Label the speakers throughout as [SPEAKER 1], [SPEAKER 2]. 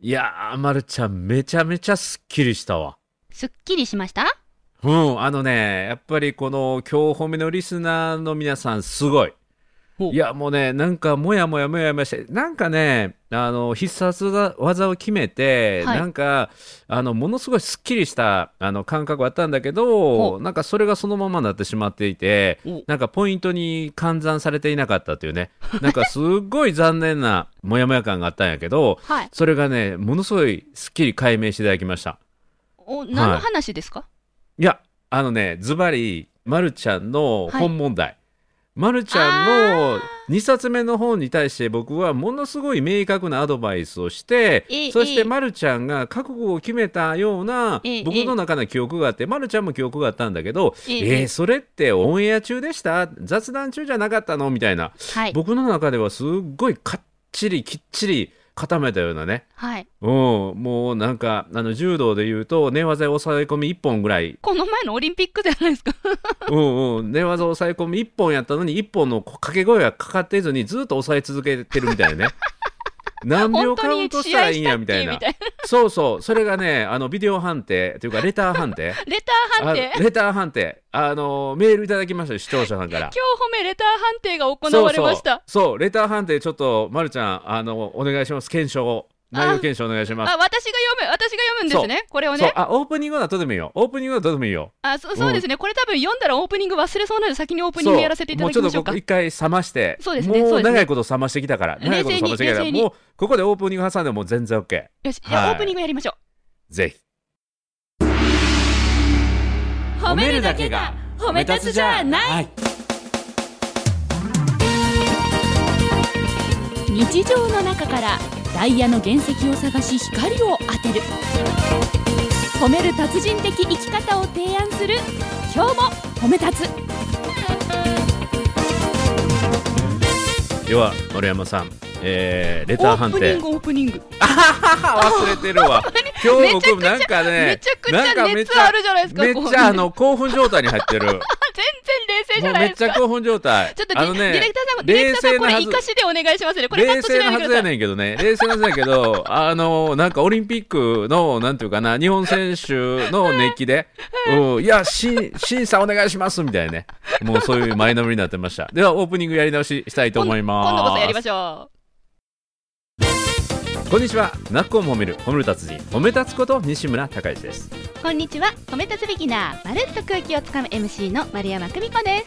[SPEAKER 1] いやー、まるちゃん、めちゃめちゃすっきりしたわ。
[SPEAKER 2] すっきりしました
[SPEAKER 1] うん、あのね、やっぱりこの今日褒めのリスナーの皆さん、すごい。
[SPEAKER 2] ほう
[SPEAKER 1] いや、もうね、なんか、もやもやもやもやして、なんかね、あの、必殺技を決めて、
[SPEAKER 2] はい
[SPEAKER 1] なんか、あの、ものすごいスッキリした、あの、感覚はあったんだけど、
[SPEAKER 2] ほ
[SPEAKER 1] なんか、それがそのままになってしまっていて
[SPEAKER 2] お、
[SPEAKER 1] なんか、ポイントに換算されていなかったというね、なんか、すっごい残念な、もやもや感があったんやけど、
[SPEAKER 2] はい。
[SPEAKER 1] それがね、ものすごいスッキリ解明していただきました。
[SPEAKER 2] お、何の話ですか、
[SPEAKER 1] いや、あのね、ズバリ、まるちゃんの本問題。まるちゃん
[SPEAKER 2] あ
[SPEAKER 1] の2冊目の本に対して僕はものすごい明確なアドバイスをして
[SPEAKER 2] ええ
[SPEAKER 1] そし
[SPEAKER 2] え
[SPEAKER 1] て
[SPEAKER 2] え
[SPEAKER 1] まるちゃんが覚悟を決めたような
[SPEAKER 2] ええ
[SPEAKER 1] 僕の中の記憶があってまるちゃんも記憶があったんだけど「
[SPEAKER 2] え
[SPEAKER 1] え
[SPEAKER 2] え
[SPEAKER 1] ーそれってオンエア中でした雑談中じゃなかったの?」みたいな
[SPEAKER 2] はい。
[SPEAKER 1] 僕の中ではすっごいかっちりきっちり固めたようなね
[SPEAKER 2] はい。
[SPEAKER 1] うん、もうなんかあの柔道で言うと寝技抑え込み1本ぐらい
[SPEAKER 2] この前のオリンピックじゃないですか。
[SPEAKER 1] うん、うん、寝技抑え込み1本やったのに1本の掛け声がかかってずにずっと抑え続けてるみたいな ね何秒
[SPEAKER 2] 本
[SPEAKER 1] カ
[SPEAKER 2] 当
[SPEAKER 1] ウン
[SPEAKER 2] に
[SPEAKER 1] トし
[SPEAKER 2] 試
[SPEAKER 1] たら
[SPEAKER 2] 合
[SPEAKER 1] いいん
[SPEAKER 2] し
[SPEAKER 1] や
[SPEAKER 2] た
[SPEAKER 1] み
[SPEAKER 2] った
[SPEAKER 1] い
[SPEAKER 2] けみ
[SPEAKER 1] な
[SPEAKER 2] たい
[SPEAKER 1] そうそうそれがねあのビデオ判定というかレター判定
[SPEAKER 2] な。レター判定
[SPEAKER 1] あレター判定あのメールいただきましたよ視聴者さんから
[SPEAKER 2] 今日褒めレター判定が行われました。
[SPEAKER 1] そうそうそうレター判定ちょっとまるちゃんあのお願いします検証を内容検証お願いします
[SPEAKER 2] あ、私が読む、私が読むんですね。これを
[SPEAKER 1] そう
[SPEAKER 2] ね。
[SPEAKER 1] あオープニングはどうでもいいよオープニングはどうでもいいよ
[SPEAKER 2] あ、そそうですね。これ多分読んだらオープニング忘れそうなので先にオー
[SPEAKER 1] そ
[SPEAKER 2] プ
[SPEAKER 1] う
[SPEAKER 2] ニングやらせていただきましょう
[SPEAKER 1] もうちょっと
[SPEAKER 2] か。
[SPEAKER 1] 僕一回冷まして
[SPEAKER 2] そうですね
[SPEAKER 1] も
[SPEAKER 2] そう
[SPEAKER 1] う
[SPEAKER 2] ですね
[SPEAKER 1] 長いこと冷ましてきたから長いこと冷ましてきたか
[SPEAKER 2] 冷
[SPEAKER 1] ら
[SPEAKER 2] 静に
[SPEAKER 1] もうここでオープニング挟んでも全然 OK
[SPEAKER 2] よし、じゃあ
[SPEAKER 1] はい
[SPEAKER 2] オープニングやりましょ
[SPEAKER 1] ぜひ
[SPEAKER 2] う。い。
[SPEAKER 1] い
[SPEAKER 2] 日常の中からダイヤの原石を探し光を当てる褒める達人的生き方を提案する今日も褒め立つ
[SPEAKER 1] では丸山さんえー、レ
[SPEAKER 2] オ
[SPEAKER 1] ター判
[SPEAKER 2] ープニ
[SPEAKER 1] 定
[SPEAKER 2] ングオープニング、
[SPEAKER 1] あはは忘れてる わ今日僕なんか
[SPEAKER 2] め
[SPEAKER 1] ね
[SPEAKER 2] ちゃくち
[SPEAKER 1] なん
[SPEAKER 2] ゃ
[SPEAKER 1] かめ
[SPEAKER 2] 熱あるじゃないですか
[SPEAKER 1] めっ
[SPEAKER 2] こう
[SPEAKER 1] ちゃあの興奮状態に入ってるも
[SPEAKER 2] 全然冷静じ
[SPEAKER 1] う
[SPEAKER 2] ゃない
[SPEAKER 1] めっ
[SPEAKER 2] です
[SPEAKER 1] ちゃ
[SPEAKER 2] か
[SPEAKER 1] 興奮状態
[SPEAKER 2] ちょっとデ
[SPEAKER 1] あ
[SPEAKER 2] ィ,、
[SPEAKER 1] のね
[SPEAKER 2] ディレクターさんディレクターさんこれ
[SPEAKER 1] 冷静
[SPEAKER 2] 生
[SPEAKER 1] なはず
[SPEAKER 2] かしでお願いしますねこれカ
[SPEAKER 1] 冷
[SPEAKER 2] ットし
[SPEAKER 1] 静
[SPEAKER 2] な
[SPEAKER 1] ないはず
[SPEAKER 2] でくだ
[SPEAKER 1] や
[SPEAKER 2] さい
[SPEAKER 1] ねんけどね、冷静なはずやけ ど、あの、なんかオリンピックの、なんていうかな、日本選手の熱気で、うん、いや、し審査お願いしますみたいなね、もうそういう前のめりになってました。では、オープニングやり直ししたいと思います。
[SPEAKER 2] 今度こそやりましょ
[SPEAKER 1] こんにちは、なっこも褒める、褒める達人、褒め立つこと西村孝之です。
[SPEAKER 2] うこんにちは褒め立つビギナーまるっと空気をつかむ MC の丸山久美子です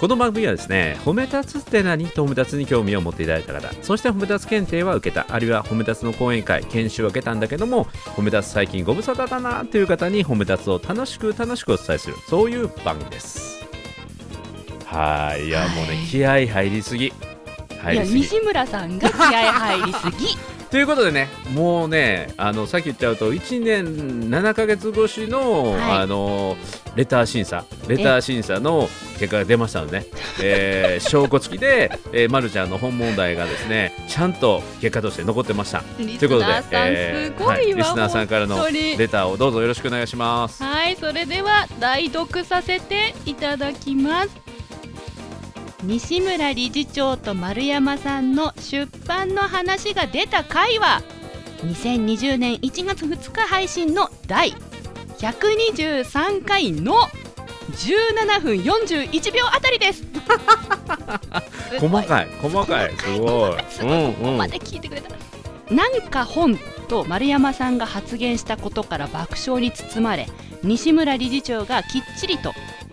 [SPEAKER 1] この番組はですね褒め立つって何と褒め立つに興味を持っていただいた方そして褒め立つ検定は受けたあるいは褒め立つの講演会研修を受けたんだけども褒め立つ最近ご無沙汰だなという方に褒め立つを楽しく楽しくお伝えするそういう番組ですはいいやもうね
[SPEAKER 2] はい
[SPEAKER 1] 気合入りすぎ入
[SPEAKER 2] いや
[SPEAKER 1] りすぎ
[SPEAKER 2] 西村さんが気合入りすぎ
[SPEAKER 1] ということでねもうねあのさっき言っちゃうと1年7ヶ月越しの、
[SPEAKER 2] はい
[SPEAKER 1] あのレター審査レター審査の結果が出ましたの で、ねえー証拠付きで、えー、まるちゃんの本問題がですねちゃんと結果として残ってました
[SPEAKER 2] リ
[SPEAKER 1] とい
[SPEAKER 2] ス
[SPEAKER 1] うことで
[SPEAKER 2] ナーさんす
[SPEAKER 1] えー
[SPEAKER 2] ごいわ、
[SPEAKER 1] はいリスナーさんからの
[SPEAKER 2] 本当に
[SPEAKER 1] レターをどうぞよろしくお願いします
[SPEAKER 2] はい、それでは代読させていただきます。西村理事長と丸山さんの出版の話が出た回は2020年1月2日配信の第123回の17分41秒あたりです すご
[SPEAKER 1] 細かい細かい すごい
[SPEAKER 2] すごい、こ
[SPEAKER 1] う
[SPEAKER 2] こ
[SPEAKER 1] んう
[SPEAKER 2] ま
[SPEAKER 1] ん
[SPEAKER 2] で聞いてくれた。なんか本と丸山さんが発言したことから爆笑に包まれ、西村理事長がきっちりと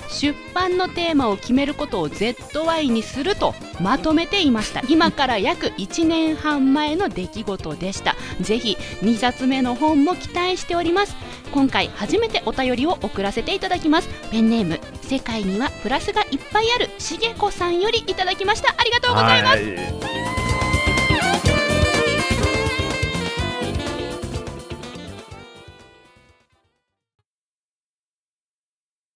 [SPEAKER 2] 出版のテーマを決めることを ZY にするとまとめていました。今から約1年半前の出来事でした。ぜひ2冊目の本も期待しております。今回初めてお便りを送らせていただきます。ペンネーム、世界にはプラスがいっぱいあるしげこさんよりいただきました。ありがとうございます。
[SPEAKER 1] はい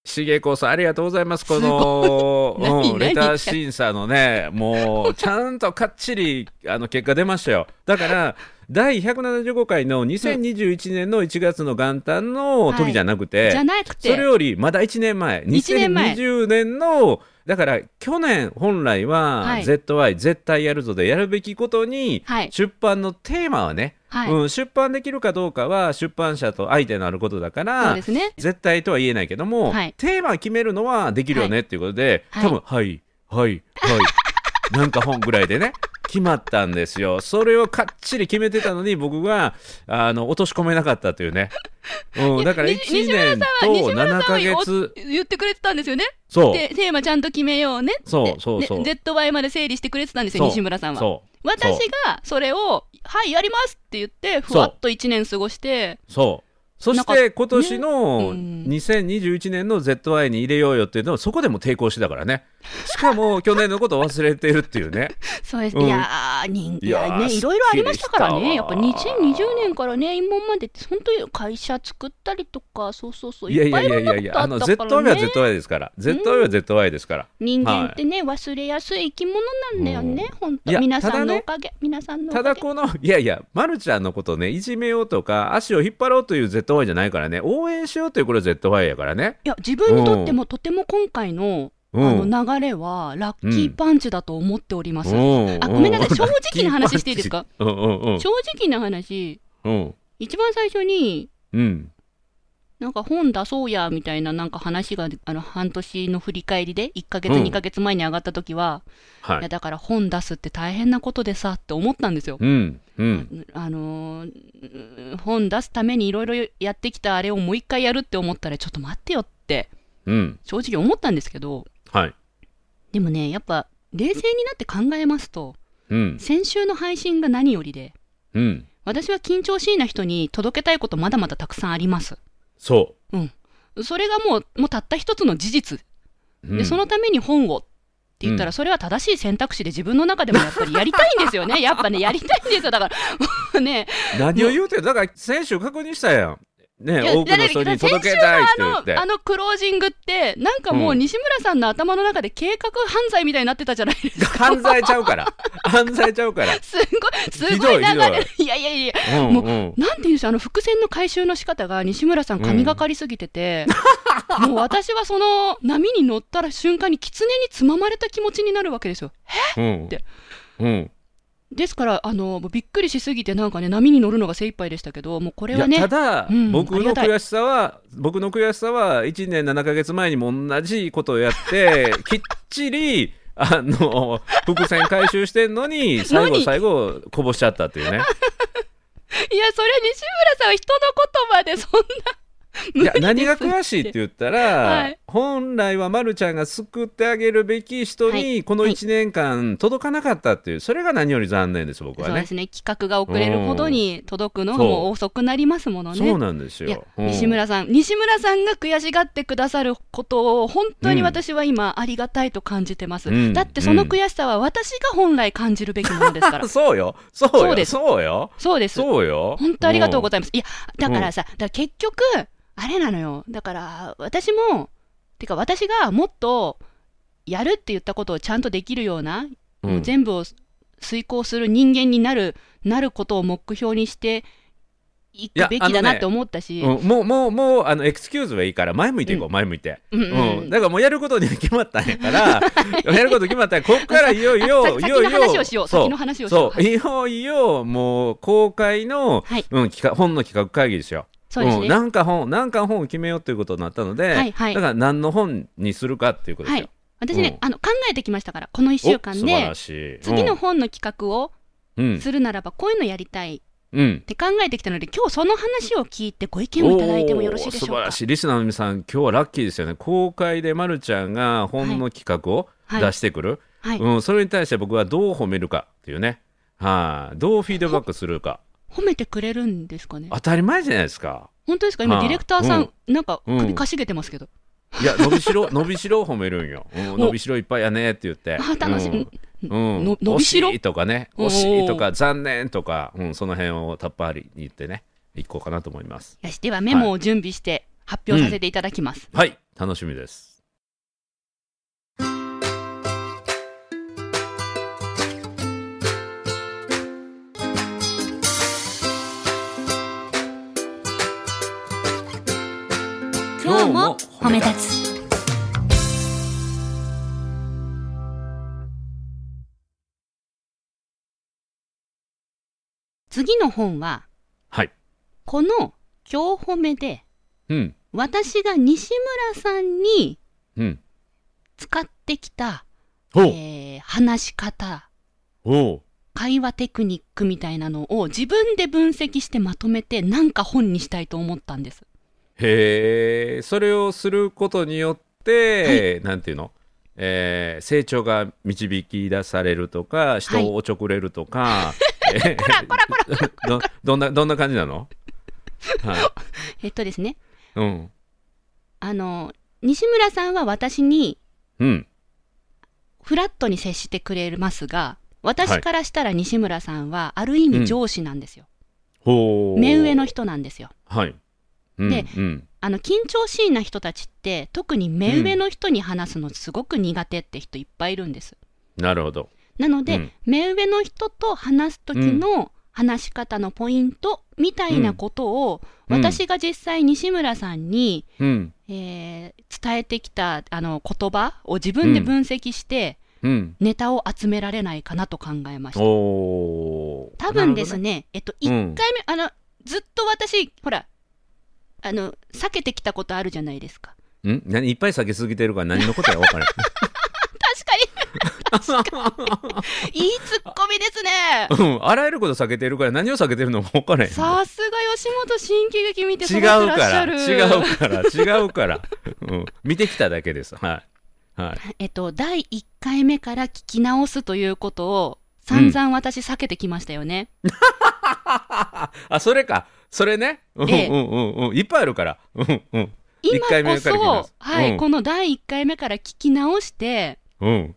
[SPEAKER 1] しげこさんありがとうございます。こ
[SPEAKER 2] すご
[SPEAKER 1] の
[SPEAKER 2] い、
[SPEAKER 1] うん、
[SPEAKER 2] 何
[SPEAKER 1] レター審査のね、もうちゃんとかっちりあの結果出ましたよ。だから第175回の2021年の1月の元旦の時じゃなくて、
[SPEAKER 2] じゃなくて
[SPEAKER 1] それよりまだ1年前
[SPEAKER 2] 1年前
[SPEAKER 1] 2020年のだから去年本来は
[SPEAKER 2] はい
[SPEAKER 1] ZY 絶対やるぞでやるべきことに
[SPEAKER 2] はい
[SPEAKER 1] 出版のテーマはね、
[SPEAKER 2] はい、
[SPEAKER 1] うん、出版できるかどうかは出版社と相手のあることだか
[SPEAKER 2] そう
[SPEAKER 1] ら
[SPEAKER 2] ですね
[SPEAKER 1] 絶対とは言えないけども、
[SPEAKER 2] はい
[SPEAKER 1] テーマ決めるのはできるよねっていうことで、
[SPEAKER 2] はい
[SPEAKER 1] 多分はいはいはいなんか本ぐらいでね 決まったんですよそれをかっちり決めてたのに僕があの落とし込めなかったというね、うん、だから1
[SPEAKER 2] に西村
[SPEAKER 1] 年と
[SPEAKER 2] さんは西村
[SPEAKER 1] 7
[SPEAKER 2] さん
[SPEAKER 1] ヶ
[SPEAKER 2] はよ
[SPEAKER 1] 月
[SPEAKER 2] 言ってくれてたんですよね
[SPEAKER 1] そう
[SPEAKER 2] でテーマちゃんと決めようね
[SPEAKER 1] そうそう
[SPEAKER 2] ね
[SPEAKER 1] そう
[SPEAKER 2] ZY まで整理してくれてたんですよ
[SPEAKER 1] そう
[SPEAKER 2] 西村さんは
[SPEAKER 1] そう
[SPEAKER 2] 私がそれを「はいやります」って言ってふわっと1年過ごして
[SPEAKER 1] そうそして今年の
[SPEAKER 2] うん
[SPEAKER 1] 2021年の ZY に入れようよっていうのをそこでも抵抗してたからねしかも去年のことを忘れてるっていうね
[SPEAKER 2] そうです、
[SPEAKER 1] うん
[SPEAKER 2] いやー人いや
[SPEAKER 1] いやー
[SPEAKER 2] ねいろいろありましたからねやっぱ
[SPEAKER 1] すっきりしたわ
[SPEAKER 2] 2020年からね今までって本当に会社作ったりとかそうそうそう
[SPEAKER 1] いや
[SPEAKER 2] いっ
[SPEAKER 1] い
[SPEAKER 2] ぱ
[SPEAKER 1] や
[SPEAKER 2] い
[SPEAKER 1] い
[SPEAKER 2] い
[SPEAKER 1] や
[SPEAKER 2] ろ
[SPEAKER 1] い
[SPEAKER 2] ん
[SPEAKER 1] やや、
[SPEAKER 2] ないことあ
[SPEAKER 1] あ
[SPEAKER 2] っ
[SPEAKER 1] の
[SPEAKER 2] た
[SPEAKER 1] ZY
[SPEAKER 2] から
[SPEAKER 1] は
[SPEAKER 2] ね
[SPEAKER 1] ZY ですから、ZY は ZY ですから。
[SPEAKER 2] 人間ってね忘れやすい生き物なんだよね本
[SPEAKER 1] い
[SPEAKER 2] 当
[SPEAKER 1] や
[SPEAKER 2] 皆さん
[SPEAKER 1] ただ
[SPEAKER 2] の
[SPEAKER 1] ね
[SPEAKER 2] おかげ皆さんのお
[SPEAKER 1] た
[SPEAKER 2] か
[SPEAKER 1] だ
[SPEAKER 2] げ
[SPEAKER 1] この、いやいや、まるちゃんのことをね、いじめようとか、足を引っ張ろうという ZY じゃないからね、応援しようというこれは ZY やからね。
[SPEAKER 2] いや自分にとってもとても今回の
[SPEAKER 1] う
[SPEAKER 2] あ
[SPEAKER 1] ん。
[SPEAKER 2] の流れはラッキーパンチだと思っております。
[SPEAKER 1] うん
[SPEAKER 2] あごめんなさい
[SPEAKER 1] うん
[SPEAKER 2] 正直な話していいですか
[SPEAKER 1] うんうんうん
[SPEAKER 2] 正直な話、
[SPEAKER 1] うん。
[SPEAKER 2] 一番最初に、
[SPEAKER 1] うん。
[SPEAKER 2] なんか本出そうやみたいななんか話があの半年の振り返りで1ヶ月、
[SPEAKER 1] うん
[SPEAKER 2] 2ヶ月前に上がった時は、
[SPEAKER 1] はい
[SPEAKER 2] や
[SPEAKER 1] い。
[SPEAKER 2] だから本出すって大変なことでさって思ったんですよ。
[SPEAKER 1] うん。うん。
[SPEAKER 2] あのーうん本出すためにいろいろやってきたあれをもう一回やるって思ったらちょっと待ってよって
[SPEAKER 1] うん。
[SPEAKER 2] 正直思ったんですけど
[SPEAKER 1] はい。
[SPEAKER 2] でもねやっぱ冷静になって考えますと
[SPEAKER 1] うん。
[SPEAKER 2] 先週の配信が何よりで
[SPEAKER 1] うん。
[SPEAKER 2] 私は緊張しいな人に届けたいことまだまだたくさんあります。
[SPEAKER 1] そ
[SPEAKER 2] それがもう、もうたった一つの事実。
[SPEAKER 1] う。
[SPEAKER 2] で、
[SPEAKER 1] うん
[SPEAKER 2] そのために本をって言った
[SPEAKER 1] う
[SPEAKER 2] ら、
[SPEAKER 1] ん
[SPEAKER 2] それは正しい選択肢で自分の中でもやっぱりやりたいんですよ ね。やっぱね、やりたいんですよ。だから、もうね、
[SPEAKER 1] 何を言うてんだから、先週確認したやん。ね、
[SPEAKER 2] いや
[SPEAKER 1] 多くの人に届けたいって
[SPEAKER 2] あ
[SPEAKER 1] 言っ
[SPEAKER 2] の、
[SPEAKER 1] て
[SPEAKER 2] あ。のクロージングって、なんかもう
[SPEAKER 1] うん
[SPEAKER 2] 西村さんの頭の中で計画犯罪みたいになってたじゃないですか。
[SPEAKER 1] 犯罪ちゃう から。犯罪ちゃうから。
[SPEAKER 2] すごい、すごい流
[SPEAKER 1] ひどい
[SPEAKER 2] れ。いやいやいや、
[SPEAKER 1] うん
[SPEAKER 2] も
[SPEAKER 1] うん。
[SPEAKER 2] なんていうんでしょう、あの伏線の回収の仕方が西村さん、神がかりすぎ てて、もう私はその波に乗ったら瞬間に、狐につままれた気持ちになるわけですよ。
[SPEAKER 1] うん
[SPEAKER 2] て
[SPEAKER 1] うん、
[SPEAKER 2] ですから、あのもうびっくりしすぎて、なんかね、波に乗るのが精一杯でしたけど、もうこれ
[SPEAKER 1] い
[SPEAKER 2] は
[SPEAKER 1] や
[SPEAKER 2] ね、
[SPEAKER 1] ただ、
[SPEAKER 2] うん
[SPEAKER 1] 僕
[SPEAKER 2] ありが
[SPEAKER 1] の
[SPEAKER 2] たい
[SPEAKER 1] 悔しさは僕の悔しさは1年7か月前にも同じことをやって きっちりあの伏線回収してんのに最後
[SPEAKER 2] のに
[SPEAKER 1] 最後こぼしちゃったっていう ね
[SPEAKER 2] いや、それは西村さんは人のことまでそん
[SPEAKER 1] い
[SPEAKER 2] な、
[SPEAKER 1] や
[SPEAKER 2] 無理
[SPEAKER 1] 何
[SPEAKER 2] です
[SPEAKER 1] が悔しいって言ったら、
[SPEAKER 2] はい
[SPEAKER 1] 本来はまるちゃんが救ってあげるべき人
[SPEAKER 2] は
[SPEAKER 1] にこの1年間届かなかったっていうそれが何より残念です僕は
[SPEAKER 2] そうで
[SPEAKER 1] ね。
[SPEAKER 2] すね、企画が遅れるほどに届くのが
[SPEAKER 1] うん
[SPEAKER 2] もう遅くなりますもの
[SPEAKER 1] そう
[SPEAKER 2] ね。
[SPEAKER 1] なんです
[SPEAKER 2] いや
[SPEAKER 1] よ。うん
[SPEAKER 2] 西村さん西村さんが悔しがってくださることを本当に私は今ありがたいと感じてます、
[SPEAKER 1] うん
[SPEAKER 2] だってその悔しさは私が本来感じるべきものですから
[SPEAKER 1] そうよ、そうよ、
[SPEAKER 2] そうです
[SPEAKER 1] そうよ、
[SPEAKER 2] そうです
[SPEAKER 1] そうよ。
[SPEAKER 2] 本当ありがとうご
[SPEAKER 1] ざい
[SPEAKER 2] ざいます。いや、だからさ、だから結局、あれなのよ。だから、私も、てか私がもっと、やるって言ったことをちゃんとできるような、もう全部を遂行する人間になる、なることを目標にしていくべきだなって思ったし、
[SPEAKER 1] うん、もうもうもうあのエクスキューズはいいから前向いていこう、前向いて、
[SPEAKER 2] うん
[SPEAKER 1] う
[SPEAKER 2] うんん
[SPEAKER 1] だからもうやることには決まったんや からやること決まったらここからいよい
[SPEAKER 2] あ
[SPEAKER 1] よ
[SPEAKER 2] さ
[SPEAKER 1] い
[SPEAKER 2] 先
[SPEAKER 1] よ
[SPEAKER 2] の
[SPEAKER 1] い
[SPEAKER 2] 話をしよ
[SPEAKER 1] よ
[SPEAKER 2] う、先の話をしよ
[SPEAKER 1] そ
[SPEAKER 2] う。
[SPEAKER 1] う
[SPEAKER 2] はい
[SPEAKER 1] いよいよもう公開の、
[SPEAKER 2] はい
[SPEAKER 1] うん、企画本の企画会議ですよ
[SPEAKER 2] そうです
[SPEAKER 1] ん、
[SPEAKER 2] ね。
[SPEAKER 1] なんか本なんか本を決めようということになったので、
[SPEAKER 2] はいはい
[SPEAKER 1] だから何の本にするかっていうこと
[SPEAKER 2] は
[SPEAKER 1] で
[SPEAKER 2] い。私ね
[SPEAKER 1] うん、
[SPEAKER 2] あの、考えてきましたから、この1
[SPEAKER 1] すよ、
[SPEAKER 2] 週間
[SPEAKER 1] お素晴
[SPEAKER 2] で
[SPEAKER 1] ら、しい
[SPEAKER 2] 次の本の企画を
[SPEAKER 1] うん
[SPEAKER 2] するならば、こういうのやりたい。
[SPEAKER 1] うん、うん
[SPEAKER 2] って考えてきたので今日その話を聞いてご意見をいただいてもよろしいでし
[SPEAKER 1] おー素
[SPEAKER 2] ょう
[SPEAKER 1] 晴
[SPEAKER 2] から
[SPEAKER 1] しいリスナーの皆さん今日はラッキーですよね公開でまるちゃんが本の企画を
[SPEAKER 2] はい
[SPEAKER 1] 出してくる、
[SPEAKER 2] はい、
[SPEAKER 1] うん、それに対して僕はどう褒めるかっていうね、はい、どうフィードバックするか
[SPEAKER 2] 褒めてくれるんですかね
[SPEAKER 1] 当たり前じゃないですか
[SPEAKER 2] 本当ですか今
[SPEAKER 1] あ
[SPEAKER 2] ディレクターさん、なんか
[SPEAKER 1] うん
[SPEAKER 2] 首かしげてますけど、
[SPEAKER 1] いや伸びしろ 伸びしろを褒めるんよ、うん、伸びしろいっぱいやねって言って
[SPEAKER 2] あ楽し
[SPEAKER 1] う
[SPEAKER 2] み、
[SPEAKER 1] んうん
[SPEAKER 2] の伸びしろ
[SPEAKER 1] 惜しいとかね
[SPEAKER 2] おー
[SPEAKER 1] 惜しいとか残念とか、うん、その辺をたっぷり言ってねいこうかなと思います
[SPEAKER 2] よしではメモを準備して発表させていただきます、
[SPEAKER 1] はい楽しみです
[SPEAKER 3] 今日も褒め立つ
[SPEAKER 2] 次の本は
[SPEAKER 1] はい。
[SPEAKER 2] この「今日褒め」で
[SPEAKER 1] うん。
[SPEAKER 2] 私が西村さんに
[SPEAKER 1] うん。
[SPEAKER 2] 使ってきた、
[SPEAKER 1] ほう。
[SPEAKER 2] えー話し方
[SPEAKER 1] ほう。
[SPEAKER 2] 会話テクニックみたいなのを自分で分析してまとめてなんか本にしたいと思ったんです。
[SPEAKER 1] へえ、それをすることによって、なんていうの、えー成長が導き出されるとか、人をおちょくれると か、えー どどんなどんな感じなの？はい、
[SPEAKER 2] えっとですね
[SPEAKER 1] うん、
[SPEAKER 2] あの西村さんは私に
[SPEAKER 1] うん、
[SPEAKER 2] フラットに接してくれますが私からしたら西村さんはある意
[SPEAKER 1] うん
[SPEAKER 2] 味上司なんですよ。
[SPEAKER 1] ほう、
[SPEAKER 2] 目上の人なんですよ。
[SPEAKER 1] はい、うん、
[SPEAKER 2] で
[SPEAKER 1] うん、
[SPEAKER 2] あの緊張しいな人たちって特に目上の人に話すのすごく苦手って人いっぱいいるんです。
[SPEAKER 1] なるほど、
[SPEAKER 2] なので、
[SPEAKER 1] うん
[SPEAKER 2] 目上の人と話す時の話し方のポイントみたいなことを、
[SPEAKER 1] うん
[SPEAKER 2] 私が実際西村さんに、
[SPEAKER 1] うん、
[SPEAKER 2] えー伝えてきたあの言葉を自分で分析して、
[SPEAKER 1] うん、
[SPEAKER 2] ネタを集められないかなと考えました。
[SPEAKER 1] おー
[SPEAKER 2] 多分ですね、
[SPEAKER 1] な
[SPEAKER 2] えっと、
[SPEAKER 1] う
[SPEAKER 2] 1
[SPEAKER 1] ん
[SPEAKER 2] 回目、あの、ずっと私、ほら、あの、避けてきたことあるじゃないですか。
[SPEAKER 1] るほどねん何いっぱい酒過ぎてるから何のことや分からん
[SPEAKER 2] 確かにいいツッコミで すね。
[SPEAKER 1] うん、あらゆること避けてるから何を避けてるのか分からへん
[SPEAKER 2] さすが吉本新喜劇見て
[SPEAKER 1] 違
[SPEAKER 2] 育
[SPEAKER 1] う
[SPEAKER 2] てら
[SPEAKER 1] か
[SPEAKER 2] っしゃ
[SPEAKER 1] ら
[SPEAKER 2] る。
[SPEAKER 1] 違うから違うから、うん、見てきただけですはいはい
[SPEAKER 2] えっと、第1回目から聞き直すということを散々私避けてきましたよね。
[SPEAKER 1] あそれかそれねうんうん
[SPEAKER 2] ええ
[SPEAKER 1] うんうんいっぱいあるからうんうん一
[SPEAKER 2] 今
[SPEAKER 1] 回目
[SPEAKER 2] こ
[SPEAKER 1] から聞き直
[SPEAKER 2] そ
[SPEAKER 1] す、
[SPEAKER 2] はい、
[SPEAKER 1] うん
[SPEAKER 2] この第1回目から聞き直して、
[SPEAKER 1] うん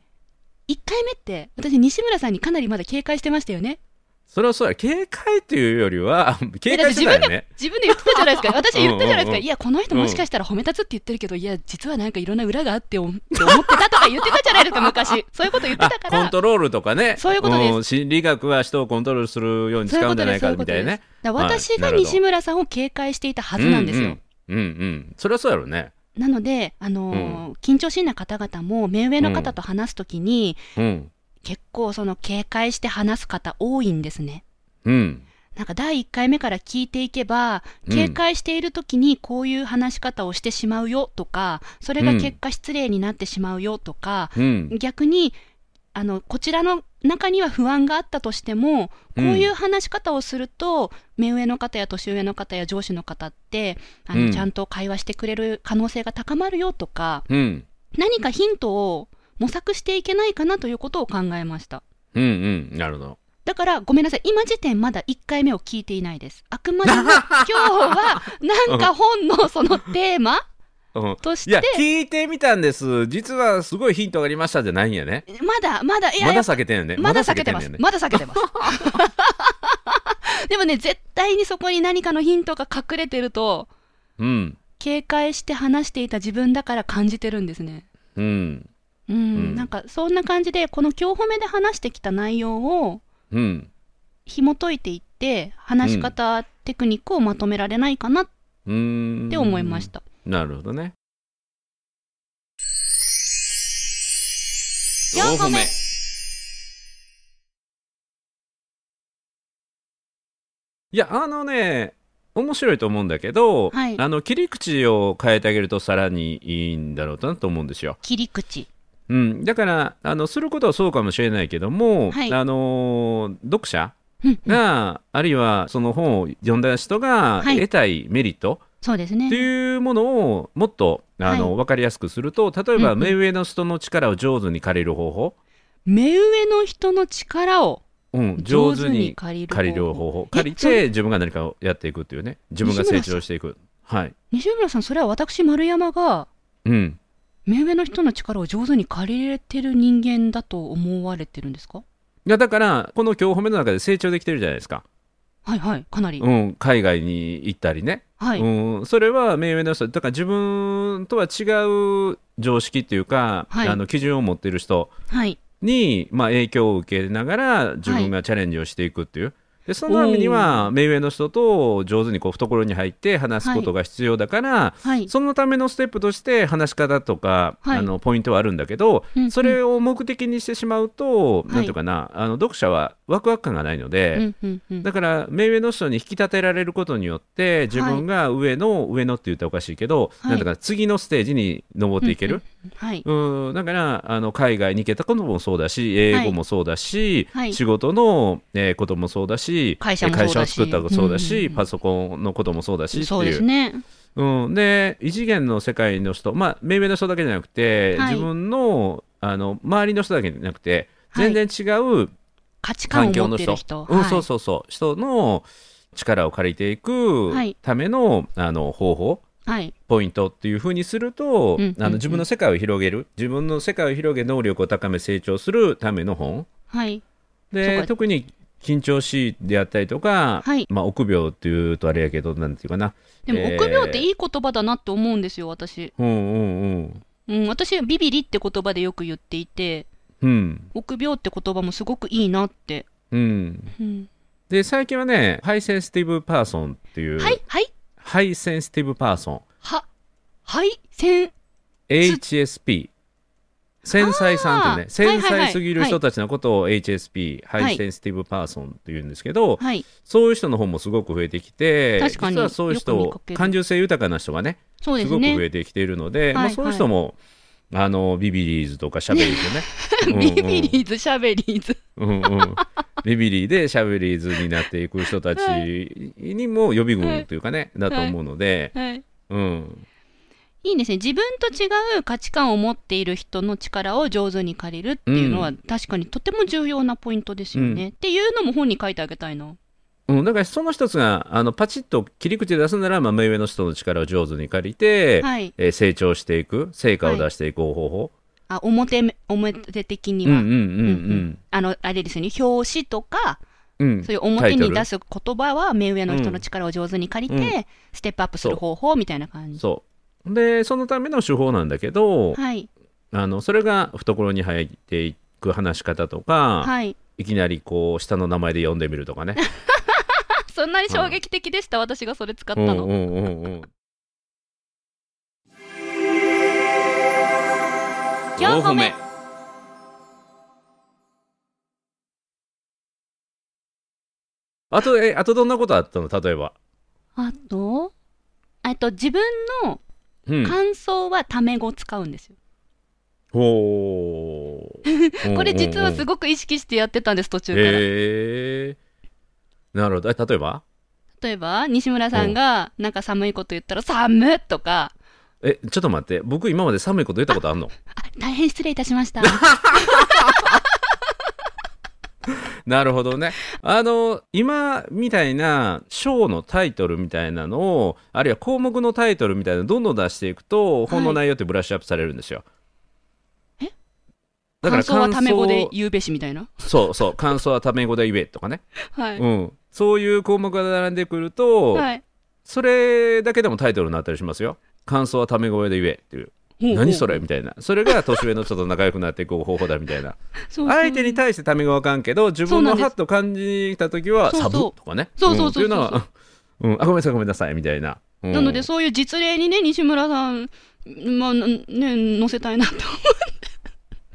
[SPEAKER 2] 1回目って私西村さんにかなりまだ警戒してましたよね。
[SPEAKER 1] それはそうや警戒っていうよりは警戒してたよね
[SPEAKER 2] 自分で言ってたじゃない ですか。私言ったじゃない
[SPEAKER 1] うん
[SPEAKER 2] です
[SPEAKER 1] うん
[SPEAKER 2] か。
[SPEAKER 1] うん
[SPEAKER 2] いや、この人もしかしたら褒め立つって言ってるけど、いや、実はなんかいろんな裏があっておって思ってたとか言ってたじゃないですか、昔。そういうこと言って
[SPEAKER 1] あ
[SPEAKER 2] たか
[SPEAKER 1] コ
[SPEAKER 2] ら
[SPEAKER 1] ン。トロールとかね
[SPEAKER 2] そういうことです
[SPEAKER 1] ん心理学は人をコントロールするように使うんじゃないかみたいなね
[SPEAKER 2] だから私
[SPEAKER 1] は
[SPEAKER 2] が
[SPEAKER 1] いなるほど
[SPEAKER 2] 西村さんを警戒していたはずなんですよ。
[SPEAKER 1] うんうん、うんうんそれはそうやろうね
[SPEAKER 2] なので、あのー緊張しいな方々も目上の方と話すときに、
[SPEAKER 1] うん
[SPEAKER 2] 結構その警戒して話す方多いんですね。
[SPEAKER 1] うん
[SPEAKER 2] なんか第1回目から聞いていけば、
[SPEAKER 1] うん
[SPEAKER 2] 警戒しているときにこういう話し方をしてしまうよとか、それが結果失礼になってしまうよとか、
[SPEAKER 1] うん
[SPEAKER 2] 逆に、あの、こちらの中には不安があったとしても、こういう話し方をすると、目上の方や年上の方や上司の方って、あの、
[SPEAKER 1] うん
[SPEAKER 2] ちゃんと会話してくれる可能性が高まるよとか、
[SPEAKER 1] うん
[SPEAKER 2] 何かヒントを模索していけないかなということを考えました。
[SPEAKER 1] うんうんなるほど
[SPEAKER 2] だからごめんなさい、今時点まだ1回目を聞いていないです。あくま でも今日はなんか本のそのテーマ
[SPEAKER 1] うん
[SPEAKER 2] とし
[SPEAKER 1] いや
[SPEAKER 2] て、
[SPEAKER 1] 聞いてみたんです実はすごいヒントがありましたじゃないんやね
[SPEAKER 2] まだまだ、いや
[SPEAKER 1] ま
[SPEAKER 2] いや
[SPEAKER 1] だ避けてんよね
[SPEAKER 2] まだ避けてま
[SPEAKER 1] ん
[SPEAKER 2] す
[SPEAKER 1] よ。ね
[SPEAKER 2] まだ避け てます。でもね、絶対にそこに何かのヒントが隠れてると、
[SPEAKER 1] うん
[SPEAKER 2] 警戒して話していた自分だから感じてるんですね。
[SPEAKER 1] うん
[SPEAKER 2] うん、
[SPEAKER 1] ん
[SPEAKER 2] なんかそんな感じで、この今日褒めで話してきた内容を
[SPEAKER 1] うん
[SPEAKER 2] 紐解いていって、話し方、テクニックをまとめられないかなっ
[SPEAKER 1] うーん
[SPEAKER 2] て思いました。
[SPEAKER 1] なるほどね
[SPEAKER 2] 四個目
[SPEAKER 1] いやあのね面白いと思うんだけど、
[SPEAKER 2] はい
[SPEAKER 1] あの切り口を変えてあげるとさらにいいんだろうなと思うんですよ。
[SPEAKER 2] 切り口。
[SPEAKER 1] うん、だからあのすることはそうかもしれないけども、
[SPEAKER 2] はい
[SPEAKER 1] あのー読者
[SPEAKER 2] うんうん
[SPEAKER 1] が、あるいはその本を読んだ人が
[SPEAKER 2] はい
[SPEAKER 1] 得たいメリット
[SPEAKER 2] そうです
[SPEAKER 1] って
[SPEAKER 2] ね。
[SPEAKER 1] いうものをもっとあの、
[SPEAKER 2] は
[SPEAKER 1] 分かりやすくすると例え
[SPEAKER 2] うん
[SPEAKER 1] ば
[SPEAKER 2] うん
[SPEAKER 1] 目上の人の力を上手に借りる方法、
[SPEAKER 2] 目上の人の力を
[SPEAKER 1] うん、上
[SPEAKER 2] 上
[SPEAKER 1] 手
[SPEAKER 2] 手
[SPEAKER 1] に
[SPEAKER 2] に借りる方法
[SPEAKER 1] 借りる方法借り
[SPEAKER 2] え
[SPEAKER 1] て自分が何かをやっていくっていうね自分が成長していくはい、
[SPEAKER 2] 西村さん、それは私、丸山が、
[SPEAKER 1] うん、
[SPEAKER 2] 目上の人の力を上手に借りれてる人間だと思われてるんですか
[SPEAKER 1] いやだからこの今日褒めの中で成長できてるじゃないですか、
[SPEAKER 2] はいはい、かなり。
[SPEAKER 1] うん、海外に行ったりね
[SPEAKER 2] はい。
[SPEAKER 1] うん、それは目上の人だから自分とは違う常識っていうか、
[SPEAKER 2] はい
[SPEAKER 1] あの基準を持ってる人
[SPEAKER 2] はい。
[SPEAKER 1] に、まあ、影響を受けながら自分がチャレンジをしていくっていう、でそのためには目上の人と上手にこう懐に入って話すことが必要だから、
[SPEAKER 2] はい。
[SPEAKER 1] そのためのステップとして話し方とか、
[SPEAKER 2] はい
[SPEAKER 1] あのポイントはあるんだけど、
[SPEAKER 2] うんうん
[SPEAKER 1] それを目的にしてしまうと、
[SPEAKER 2] はい
[SPEAKER 1] なんていうかなあの読者はワクワク感がないので、
[SPEAKER 2] うんうんうん
[SPEAKER 1] だから目上の人に引き立てられることによって自分が上の、上のって言ったらおかしいけど、
[SPEAKER 2] はい
[SPEAKER 1] なんだか次のステージに登っていける、
[SPEAKER 2] はい。
[SPEAKER 1] うん、だからあの海外に行けたこともそうだし英語もそうだし、
[SPEAKER 2] はい
[SPEAKER 1] 仕事の、えーこともそうだし
[SPEAKER 2] 会社もそうだし
[SPEAKER 1] 会を作ったこともそうだし、
[SPEAKER 2] うん
[SPEAKER 1] パソコンのこともそうだしっていう
[SPEAKER 2] そうですね。
[SPEAKER 1] うん、で異次元の世界の人、まあ、目上の人だけじゃなくて、
[SPEAKER 2] はい
[SPEAKER 1] 自分のあの周りの人だけじゃなくて
[SPEAKER 2] はい
[SPEAKER 1] 全然違う
[SPEAKER 2] 価値観を
[SPEAKER 1] 環境
[SPEAKER 2] 持
[SPEAKER 1] の
[SPEAKER 2] って
[SPEAKER 1] 人,、
[SPEAKER 2] る人。
[SPEAKER 1] うん
[SPEAKER 2] はい
[SPEAKER 1] そうそうそう人の力を借りていく
[SPEAKER 2] はい
[SPEAKER 1] ための,、あの方法
[SPEAKER 2] はい。
[SPEAKER 1] ポイントっていうふうにすると、
[SPEAKER 2] うんうんうん
[SPEAKER 1] あの自分の世界を広げる自分の世界を広げ能力を高め成長するための本
[SPEAKER 2] はい。そう
[SPEAKER 1] で
[SPEAKER 2] か
[SPEAKER 1] 特に緊張しいであったりとか、
[SPEAKER 2] はい
[SPEAKER 1] まあ、臆病っていうとあれやけどなんていうかな
[SPEAKER 2] でも、
[SPEAKER 1] えー
[SPEAKER 2] 臆病っていい言葉だなって思うんですよ、私。
[SPEAKER 1] うんうんうん
[SPEAKER 2] うん、私はビビリって言葉でよく言っていて、
[SPEAKER 1] うん
[SPEAKER 2] 臆病って言葉もすごくいいなって。
[SPEAKER 1] うん、
[SPEAKER 2] うん
[SPEAKER 1] で最近はねハイセンシティブパーソンっていう、
[SPEAKER 2] はい、はい、
[SPEAKER 1] ハイセンシティブパーソン
[SPEAKER 2] は、はい、せん、
[SPEAKER 1] HSP 繊細さんというね
[SPEAKER 2] あーはい
[SPEAKER 1] 繊
[SPEAKER 2] はいはい
[SPEAKER 1] 細すぎる人たちのことを HSP、
[SPEAKER 2] い
[SPEAKER 1] ハイセンシティブパーソンっていうんですけど、
[SPEAKER 2] はい、
[SPEAKER 1] そういう人の本もすごく増えてきて
[SPEAKER 2] 確かに
[SPEAKER 1] 実はそういう人
[SPEAKER 2] よく見かける
[SPEAKER 1] 感受性豊かな人がね
[SPEAKER 2] そうですす
[SPEAKER 1] ごく増
[SPEAKER 2] ね。
[SPEAKER 1] えてきているので、
[SPEAKER 2] はい
[SPEAKER 1] まあ、そういう人も、あのビビリーズとかしゃべりーズね
[SPEAKER 2] ビ
[SPEAKER 1] うんうん
[SPEAKER 2] ビリーズ、しゃべりーズ。
[SPEAKER 1] うんうん、ビビリでしゃべりーずになっていく人たちにも予備軍というかね、だと思うので、
[SPEAKER 2] はい。
[SPEAKER 1] うん、
[SPEAKER 2] いいですね。自分と違う価値観を持っている人の力を上手に借りるっていうのは、
[SPEAKER 1] う
[SPEAKER 2] 確かにとても重要なポイントですよね。
[SPEAKER 1] う
[SPEAKER 2] っていうのも本に書いてあげたいな。
[SPEAKER 1] うん、だからその一つがあのパチッと切り口で出すなら、まあ、目上の人の力を上手に借りて、
[SPEAKER 2] はい。
[SPEAKER 1] えー成長していく成果を出していく方法、
[SPEAKER 2] あ、表め、表的に
[SPEAKER 1] うん
[SPEAKER 2] は。
[SPEAKER 1] うんうん
[SPEAKER 2] あの、あれですよね。表紙とか、
[SPEAKER 1] うんうん
[SPEAKER 2] そういう表に出す言葉は目上の人の力を上手に借りて、
[SPEAKER 1] う
[SPEAKER 2] ステップアップする方法みたいな感じ。
[SPEAKER 1] そうでそのための手法なんだけど、
[SPEAKER 2] はい。
[SPEAKER 1] あのそれが懐に入っていく話し方とか、
[SPEAKER 2] はい。
[SPEAKER 1] い、きなりこう下の名前で呼んでみるとかね。
[SPEAKER 2] あそんなに衝撃的でした。私がそれ使った
[SPEAKER 1] う
[SPEAKER 2] の。
[SPEAKER 1] んうんうんうん
[SPEAKER 2] 4個目
[SPEAKER 1] あとえあとどんなことあったの例えば、
[SPEAKER 2] あと、あと自分の
[SPEAKER 1] うん、
[SPEAKER 2] 感想はタメ語を使うんですよ。
[SPEAKER 1] ほー
[SPEAKER 2] これ実はす
[SPEAKER 1] ご
[SPEAKER 2] ごく意識してやってたんです、途中
[SPEAKER 1] い
[SPEAKER 2] から。
[SPEAKER 1] へえなるほどえ例えば
[SPEAKER 2] 例えば、西村さんがなんか寒いこと言ったら、寒っとか、
[SPEAKER 1] えちょっと待って僕今まで寒いこと言ったことあんの
[SPEAKER 2] あ、大変失礼いたしま した。
[SPEAKER 1] なるほどね。あの、今みたいな章のタイトルみたいなのを、あるいは項目のタイトルみたいなのをどんどん出していくと、本の内容ってブラッシュアップされるんですよ。
[SPEAKER 2] え
[SPEAKER 1] だか
[SPEAKER 2] 感
[SPEAKER 1] ら
[SPEAKER 2] 想は
[SPEAKER 1] 感
[SPEAKER 2] タメ
[SPEAKER 1] 想
[SPEAKER 2] 語で
[SPEAKER 1] を
[SPEAKER 2] 言うべしみたいな。
[SPEAKER 1] そうそう、感想はタメ語で言えとかね。
[SPEAKER 2] はい。
[SPEAKER 1] うん。そういう項目が並んでくると、
[SPEAKER 2] はい。
[SPEAKER 1] それだけでもタイトルになったりしますよ。感想はタメ語で言えっていう。
[SPEAKER 2] ほうほう
[SPEAKER 1] 何それみたいな。それが年上の人と仲良くなっていく方法だみたいな。
[SPEAKER 2] そうそう
[SPEAKER 1] 相手に対してタメ語はあかんけど自分のハッと感じた時は
[SPEAKER 2] そう
[SPEAKER 1] サ
[SPEAKER 2] なんです
[SPEAKER 1] ブとかね
[SPEAKER 2] そうそうそうそう
[SPEAKER 1] うんっていうのは、 うん、あごめんなさいごめんなさいみたいな、うん
[SPEAKER 2] なので、そういう実例にね、西村さん、まあ、なね、載せたいなと。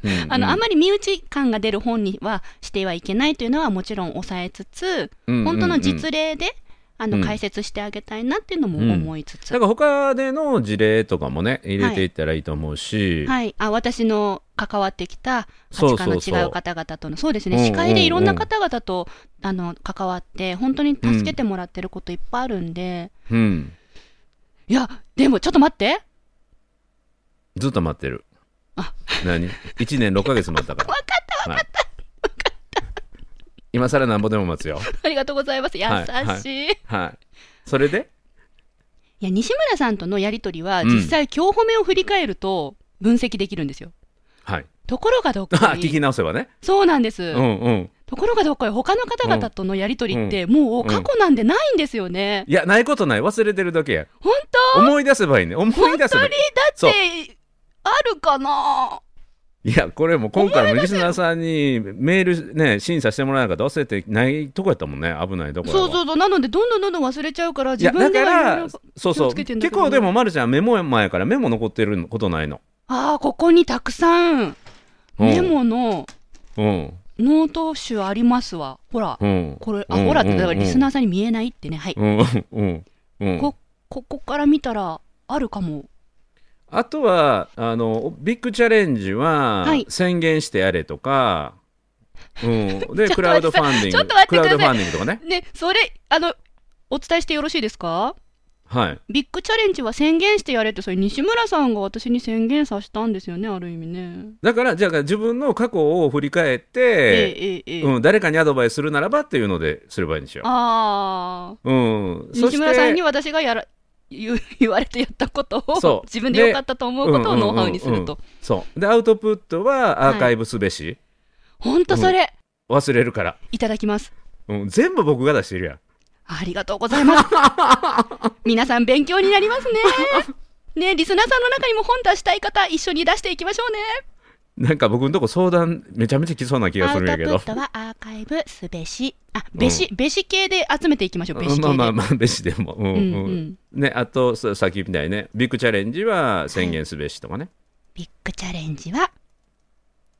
[SPEAKER 1] うん
[SPEAKER 2] あの、あ
[SPEAKER 1] ま
[SPEAKER 2] まり身内感が出る本にはしてはいけないというのはもちろん抑えつつ、
[SPEAKER 1] り
[SPEAKER 2] 本当の
[SPEAKER 1] 例
[SPEAKER 2] 実例で、あ
[SPEAKER 1] う
[SPEAKER 2] の、
[SPEAKER 1] ん
[SPEAKER 2] 解説してあげたいなっていうのも思いつつ
[SPEAKER 1] だ。から他での事例とかもね入れていったらいいと思うし、
[SPEAKER 2] はい、あ私の関わってきた価値観
[SPEAKER 1] そ
[SPEAKER 2] の
[SPEAKER 1] うそうそう
[SPEAKER 2] 違う方々との、そうです
[SPEAKER 1] うんうん
[SPEAKER 2] ね、
[SPEAKER 1] うん
[SPEAKER 2] 司会でいろんな方々とあの関わって、本当に助けてもらってることいっぱいあるんで、
[SPEAKER 1] うん、
[SPEAKER 2] いや、でもちょっと待って、
[SPEAKER 1] ずっと待ってる
[SPEAKER 2] あ
[SPEAKER 1] 何1年6ヶ月待ったから
[SPEAKER 2] わか
[SPEAKER 1] ったわかった、今更なんぼでも待つよ
[SPEAKER 2] ありがとうございます、優しい。
[SPEAKER 1] はい
[SPEAKER 2] い
[SPEAKER 1] はいそれで
[SPEAKER 2] や、西村さんとのやりとりは、
[SPEAKER 1] うん
[SPEAKER 2] 実際、今日褒めを振り返ると、分析できるんですよ。
[SPEAKER 1] はい
[SPEAKER 2] ところがどっ
[SPEAKER 1] あ
[SPEAKER 2] こ
[SPEAKER 1] 聞
[SPEAKER 2] い、
[SPEAKER 1] き直せばね
[SPEAKER 2] そうなんです、
[SPEAKER 1] うんうん
[SPEAKER 2] ところがどっこい、他の方々とのやりとりって、もう過去なんでないんですよね。
[SPEAKER 1] いやないことない忘れてるだけや
[SPEAKER 2] 本当
[SPEAKER 1] 思い出せばいいね思い出せばいい
[SPEAKER 2] だって、あるかな
[SPEAKER 1] いや、これもう今回もリスナーさんにメールね、審査してもらえなかった忘れてないとこやったもんね、危ないとこやわ
[SPEAKER 2] そうそうそうなのでどんどんどんどん忘れちゃうから
[SPEAKER 1] い
[SPEAKER 2] 自
[SPEAKER 1] や、
[SPEAKER 2] 分
[SPEAKER 1] だ
[SPEAKER 2] で
[SPEAKER 1] か
[SPEAKER 2] はいろ
[SPEAKER 1] ら
[SPEAKER 2] いろ、
[SPEAKER 1] そうそう、
[SPEAKER 2] 気をつけてんだ
[SPEAKER 1] 結
[SPEAKER 2] けど
[SPEAKER 1] 構でも、まるちゃん、メモ前からメモ残ってることないの。
[SPEAKER 2] ああここにたくさん
[SPEAKER 1] うん
[SPEAKER 2] メモの
[SPEAKER 1] うん、
[SPEAKER 2] ノート集ありますわほら
[SPEAKER 1] うん。
[SPEAKER 2] これ
[SPEAKER 1] う
[SPEAKER 2] あ
[SPEAKER 1] ん
[SPEAKER 2] ほらってだから
[SPEAKER 1] うん
[SPEAKER 2] リスナーさんに見えないってねはい
[SPEAKER 1] うん、うん、うん。
[SPEAKER 2] こここから見たらあるかも
[SPEAKER 1] あとはあのビッグチャレンジは
[SPEAKER 2] はい
[SPEAKER 1] 宣言してやれとか、 うん、で
[SPEAKER 2] ちょっと待って
[SPEAKER 1] クラウドファンディン
[SPEAKER 2] ちょっ
[SPEAKER 1] グ
[SPEAKER 2] と待っ
[SPEAKER 1] ク
[SPEAKER 2] てく
[SPEAKER 1] ラ
[SPEAKER 2] だ
[SPEAKER 1] ウ
[SPEAKER 2] さ
[SPEAKER 1] ド
[SPEAKER 2] い
[SPEAKER 1] ファンディングとかね
[SPEAKER 2] ねそれあのお伝えしてよろしいですか
[SPEAKER 1] はい
[SPEAKER 2] ビッグチャレンジは宣言してやれってそれ西村さんが私に宣言させたんですよねある意味ね
[SPEAKER 1] だからじゃあ自分の過去を振り返っ
[SPEAKER 2] ええ
[SPEAKER 1] て、
[SPEAKER 2] ええええ
[SPEAKER 1] うん、誰かにアドバイスするならばっていうのですればいいんですよ。
[SPEAKER 2] ああ
[SPEAKER 1] うん、そして
[SPEAKER 2] 西村さんに私がやら言う 言われてやったこと
[SPEAKER 1] そ
[SPEAKER 2] を
[SPEAKER 1] う
[SPEAKER 2] 自分で良かったと思うことを
[SPEAKER 1] で
[SPEAKER 2] ノウハウにすると
[SPEAKER 1] そうでアウトプットはアーカイブすべし、
[SPEAKER 2] ほんとそれ
[SPEAKER 1] 忘れるから、
[SPEAKER 2] いただきます
[SPEAKER 1] うん、全部僕が出してるやん。
[SPEAKER 2] ありがとうござ います皆さん勉強になりますねねリスナーさんの中にも本出したい方一緒に出していきましょうね
[SPEAKER 1] なんか僕のとこ相談めちゃめちゃ来そうな気がするんやけ
[SPEAKER 2] アウ
[SPEAKER 1] ど
[SPEAKER 2] ト。プットはアーカイブすべしあべし、べし系で集めていきましょうべし系で、
[SPEAKER 1] まあまあまあ、べしでも。うん
[SPEAKER 2] う
[SPEAKER 1] うんん
[SPEAKER 2] うん
[SPEAKER 1] ね、あと、そうさっきみたいにね、ビッグチャレンジは宣言すべしとかね、
[SPEAKER 2] ビッグチャレンジは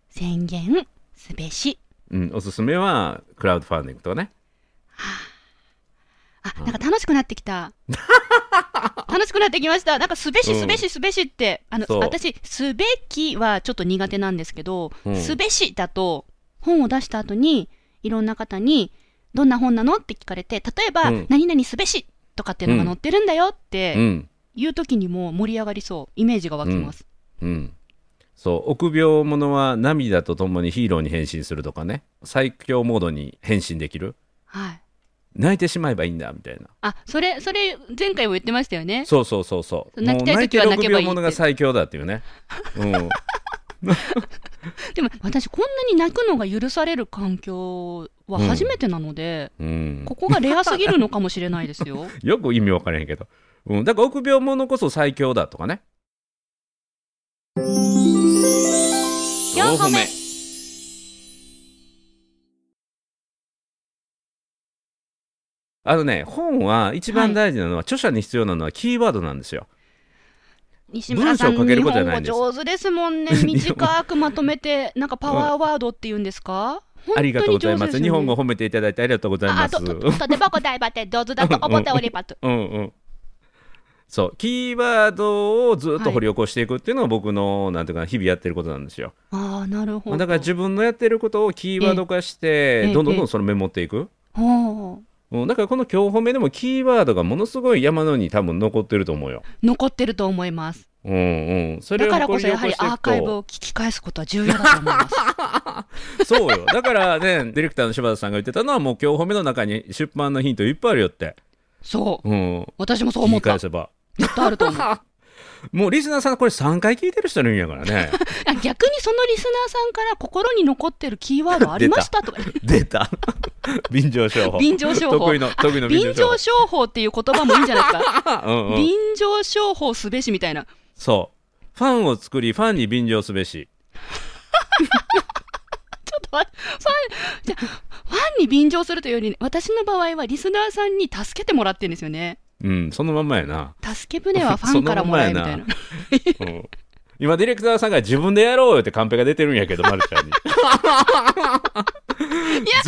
[SPEAKER 2] 宣言すべし
[SPEAKER 1] うん、おすすめはクラウドファンディングとかね。
[SPEAKER 2] あなんか楽しくなって きた楽しくなってきましたなんかすべし
[SPEAKER 1] うん
[SPEAKER 2] すべしすべしって、あ
[SPEAKER 1] そう
[SPEAKER 2] の私すべきはちょっと苦手なんですけど、
[SPEAKER 1] うん
[SPEAKER 2] すべしだと本を出した後にいろんな方にどんな本なのって聞かれて例えば、
[SPEAKER 1] うん
[SPEAKER 2] 何々すべしとかっていうのが載ってるんだよって、
[SPEAKER 1] うん、
[SPEAKER 2] いう時にも盛り上がりそうイメージが湧きます、
[SPEAKER 1] うん。そう、臆病者は涙とともにヒーローに変身するとかね、最強モードに変身できる。
[SPEAKER 2] はい
[SPEAKER 1] 泣いてしまえばいいんだ、みたいな。
[SPEAKER 2] あそれそれ前回も言ってました よね
[SPEAKER 1] そうそうそうそう。
[SPEAKER 2] 泣きたい
[SPEAKER 1] もう泣いて
[SPEAKER 2] 時は
[SPEAKER 1] る
[SPEAKER 2] 泣
[SPEAKER 1] 臆
[SPEAKER 2] けばい
[SPEAKER 1] 病
[SPEAKER 2] いって
[SPEAKER 1] 者が最強だっていうね。うん。
[SPEAKER 2] でも私こんなに泣くのが許される環境は初めてなので、
[SPEAKER 1] うん、
[SPEAKER 2] ここがレアすぎるのかもしれないで すよ
[SPEAKER 1] よく意味わからへんけど。うん、だから臆病者こそ最強だとかね。
[SPEAKER 2] 4歩目
[SPEAKER 1] あのね、本は一番大事なのは、著者に必要なのはキーワードなんですよ。
[SPEAKER 2] 西村さん
[SPEAKER 1] 文章を書け
[SPEAKER 2] 日
[SPEAKER 1] ることじゃ
[SPEAKER 2] 本
[SPEAKER 1] ない
[SPEAKER 2] 語
[SPEAKER 1] んです
[SPEAKER 2] 上手ですもんね短くまとめてなんかパワーワードっていうんですか、本 当
[SPEAKER 1] あ
[SPEAKER 2] に
[SPEAKER 1] りがとうございま。
[SPEAKER 2] 上手ですよね
[SPEAKER 1] 日本語褒めていただいてありがとうござい
[SPEAKER 2] あ
[SPEAKER 1] ま
[SPEAKER 2] あ
[SPEAKER 1] す。
[SPEAKER 2] と
[SPEAKER 1] う
[SPEAKER 2] と
[SPEAKER 1] ん
[SPEAKER 2] とても答えばって上手だと思っております
[SPEAKER 1] うん。そう、キーワードをずっと掘り起こしていくっていうのが僕の、なんていうかな、日々やってることなんですよ。
[SPEAKER 2] ああなるほど
[SPEAKER 1] だから自分のやってることをキーワード化して、
[SPEAKER 2] ええ
[SPEAKER 1] どんどんどんどんそれメモっていく。
[SPEAKER 2] ほう
[SPEAKER 1] うん、だからこの今日褒めでもキーワードがものすごい山のように多分残ってると思うよ。
[SPEAKER 2] 残ってると思います
[SPEAKER 1] うんうん、それ
[SPEAKER 2] だ
[SPEAKER 1] を
[SPEAKER 2] から
[SPEAKER 1] 掘
[SPEAKER 2] こ
[SPEAKER 1] り
[SPEAKER 2] そ
[SPEAKER 1] 起
[SPEAKER 2] や
[SPEAKER 1] こ
[SPEAKER 2] はり
[SPEAKER 1] してい
[SPEAKER 2] アー
[SPEAKER 1] く
[SPEAKER 2] カイブ
[SPEAKER 1] と
[SPEAKER 2] を聞き返すことは重要だと思います。
[SPEAKER 1] そうよだからねディレクターの柴田さんが言ってたのはもう今日褒めの中に出版のヒントいっぱいあるよって、
[SPEAKER 2] そう。
[SPEAKER 1] うん、
[SPEAKER 2] 私もそう
[SPEAKER 1] 聞
[SPEAKER 2] 思っ
[SPEAKER 1] き返
[SPEAKER 2] た。
[SPEAKER 1] せば
[SPEAKER 2] 絶対あると 思う。あ
[SPEAKER 1] もうリスナーさんこれ3回聞いてる人いるんやからね
[SPEAKER 2] 逆にそのリスナーさんから心に残ってるキーワードありましたとか、
[SPEAKER 1] 出 た便乗商法
[SPEAKER 2] 便乗商法
[SPEAKER 1] 得意の得意の便
[SPEAKER 2] 便
[SPEAKER 1] 乗商
[SPEAKER 2] 乗商法っていう言葉もいいんじゃないですか。
[SPEAKER 1] 法うんうん
[SPEAKER 2] 便乗商法すべしみたいな。
[SPEAKER 1] そうファンを作りファンに便乗すべし
[SPEAKER 2] ちょっと待って、ファン、じゃあファンに便乗するというより、私の場合はリスナーさんに助けてもらってるんですよね。
[SPEAKER 1] うんそのまんまや な、
[SPEAKER 2] 助 け舟はファンからもらえみたいな。
[SPEAKER 1] うん、今ディレクターさんが自分でやろうよってカンペが出てるんやけ どまるちゃんに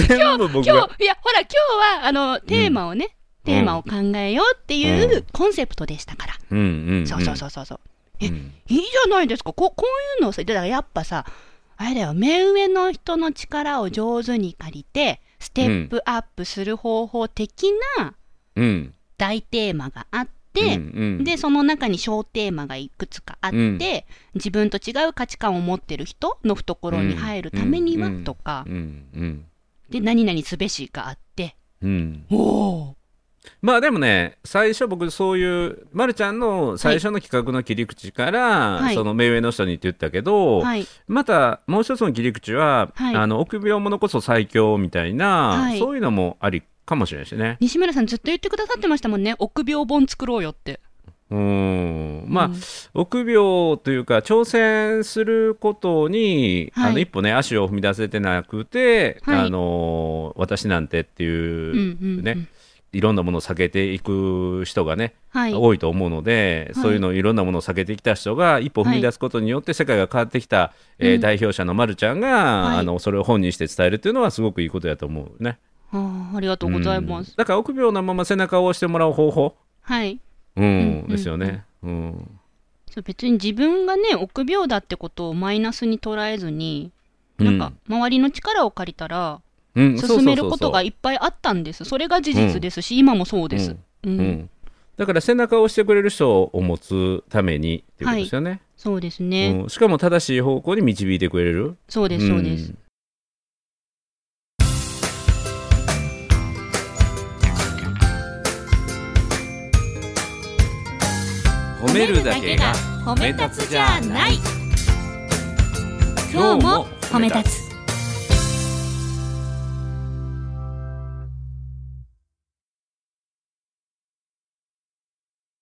[SPEAKER 1] 全部僕
[SPEAKER 2] 今
[SPEAKER 1] が
[SPEAKER 2] 日、いや、ほら、今日は、あの、テーマをね、テーマを考えようっていううんコンセプトでしたから。
[SPEAKER 1] うんうん、うん、
[SPEAKER 2] そうそうそうそうそう。え
[SPEAKER 1] うん
[SPEAKER 2] いいじゃないですか。ここういうのさ、だからやっぱさ、あれだよ、目上の人の力を上手に借りて、ステップアップする方法的な
[SPEAKER 1] うん
[SPEAKER 2] 大テーマがあっ
[SPEAKER 1] う
[SPEAKER 2] て、
[SPEAKER 1] んうん
[SPEAKER 2] で、その中に小テーマがいくつかあって、
[SPEAKER 1] うん
[SPEAKER 2] 自分と違う価値観を持ってる人の懐に入るためには
[SPEAKER 1] うん
[SPEAKER 2] とか、
[SPEAKER 1] うんうん
[SPEAKER 2] で、何々すべしがあって、
[SPEAKER 1] うん、
[SPEAKER 2] おお
[SPEAKER 1] まあでもね最初僕そういう、ま、るちゃんの最初の企画の切り口から、
[SPEAKER 2] はい
[SPEAKER 1] その目上の人にって言ったけど、
[SPEAKER 2] はい。
[SPEAKER 1] またもう一つの切り口は、
[SPEAKER 2] はい
[SPEAKER 1] あの臆病者こそ最強みたいな、
[SPEAKER 2] はい
[SPEAKER 1] そういうのもありかもしれないしね。
[SPEAKER 2] 西村さんずっと言ってくださってましたもんね。臆病本作ろうよって。
[SPEAKER 1] うんまあ、
[SPEAKER 2] うん
[SPEAKER 1] 臆病というか挑戦することに、
[SPEAKER 2] はい
[SPEAKER 1] あの一歩ね足を踏み出せてなくて、
[SPEAKER 2] はい
[SPEAKER 1] あの私なんてってい
[SPEAKER 2] うん
[SPEAKER 1] う
[SPEAKER 2] うんうん
[SPEAKER 1] ね、いろんなものを避けていく人がね、
[SPEAKER 2] はい、
[SPEAKER 1] 多いと思うので、
[SPEAKER 2] はい
[SPEAKER 1] そういうのいろんなものを避けてきた人が一歩踏み出すことによって世界が変わってきた、えー
[SPEAKER 2] うん
[SPEAKER 1] 代表者のまるちゃんが、
[SPEAKER 2] い
[SPEAKER 1] あのそれを本にして伝えるっていうのはすごくいいことだと思うね。
[SPEAKER 2] あーありがとうございます。
[SPEAKER 1] うんだから臆病なまま背中を押してもらう方法、
[SPEAKER 2] はい。
[SPEAKER 1] うん
[SPEAKER 2] うん
[SPEAKER 1] ですよね。うん
[SPEAKER 2] そう別に自分がね臆病だってことをマイナスに捉えずに、なんか周りの力を借りたら
[SPEAKER 1] うん
[SPEAKER 2] 進めることが
[SPEAKER 1] い
[SPEAKER 2] いっぱいあったんです。それが事実ですし、今もそうです。うん
[SPEAKER 1] うん、だから背中を押してくれる人を持つためにっていうことですよね、
[SPEAKER 2] そうですね。
[SPEAKER 1] うん、しかも正しい方向に導いてくれる
[SPEAKER 2] そうですそうです。
[SPEAKER 1] ん褒めるだけが
[SPEAKER 2] 褒
[SPEAKER 1] め立つじゃない
[SPEAKER 2] 今日も褒め立
[SPEAKER 1] つ
[SPEAKER 2] つ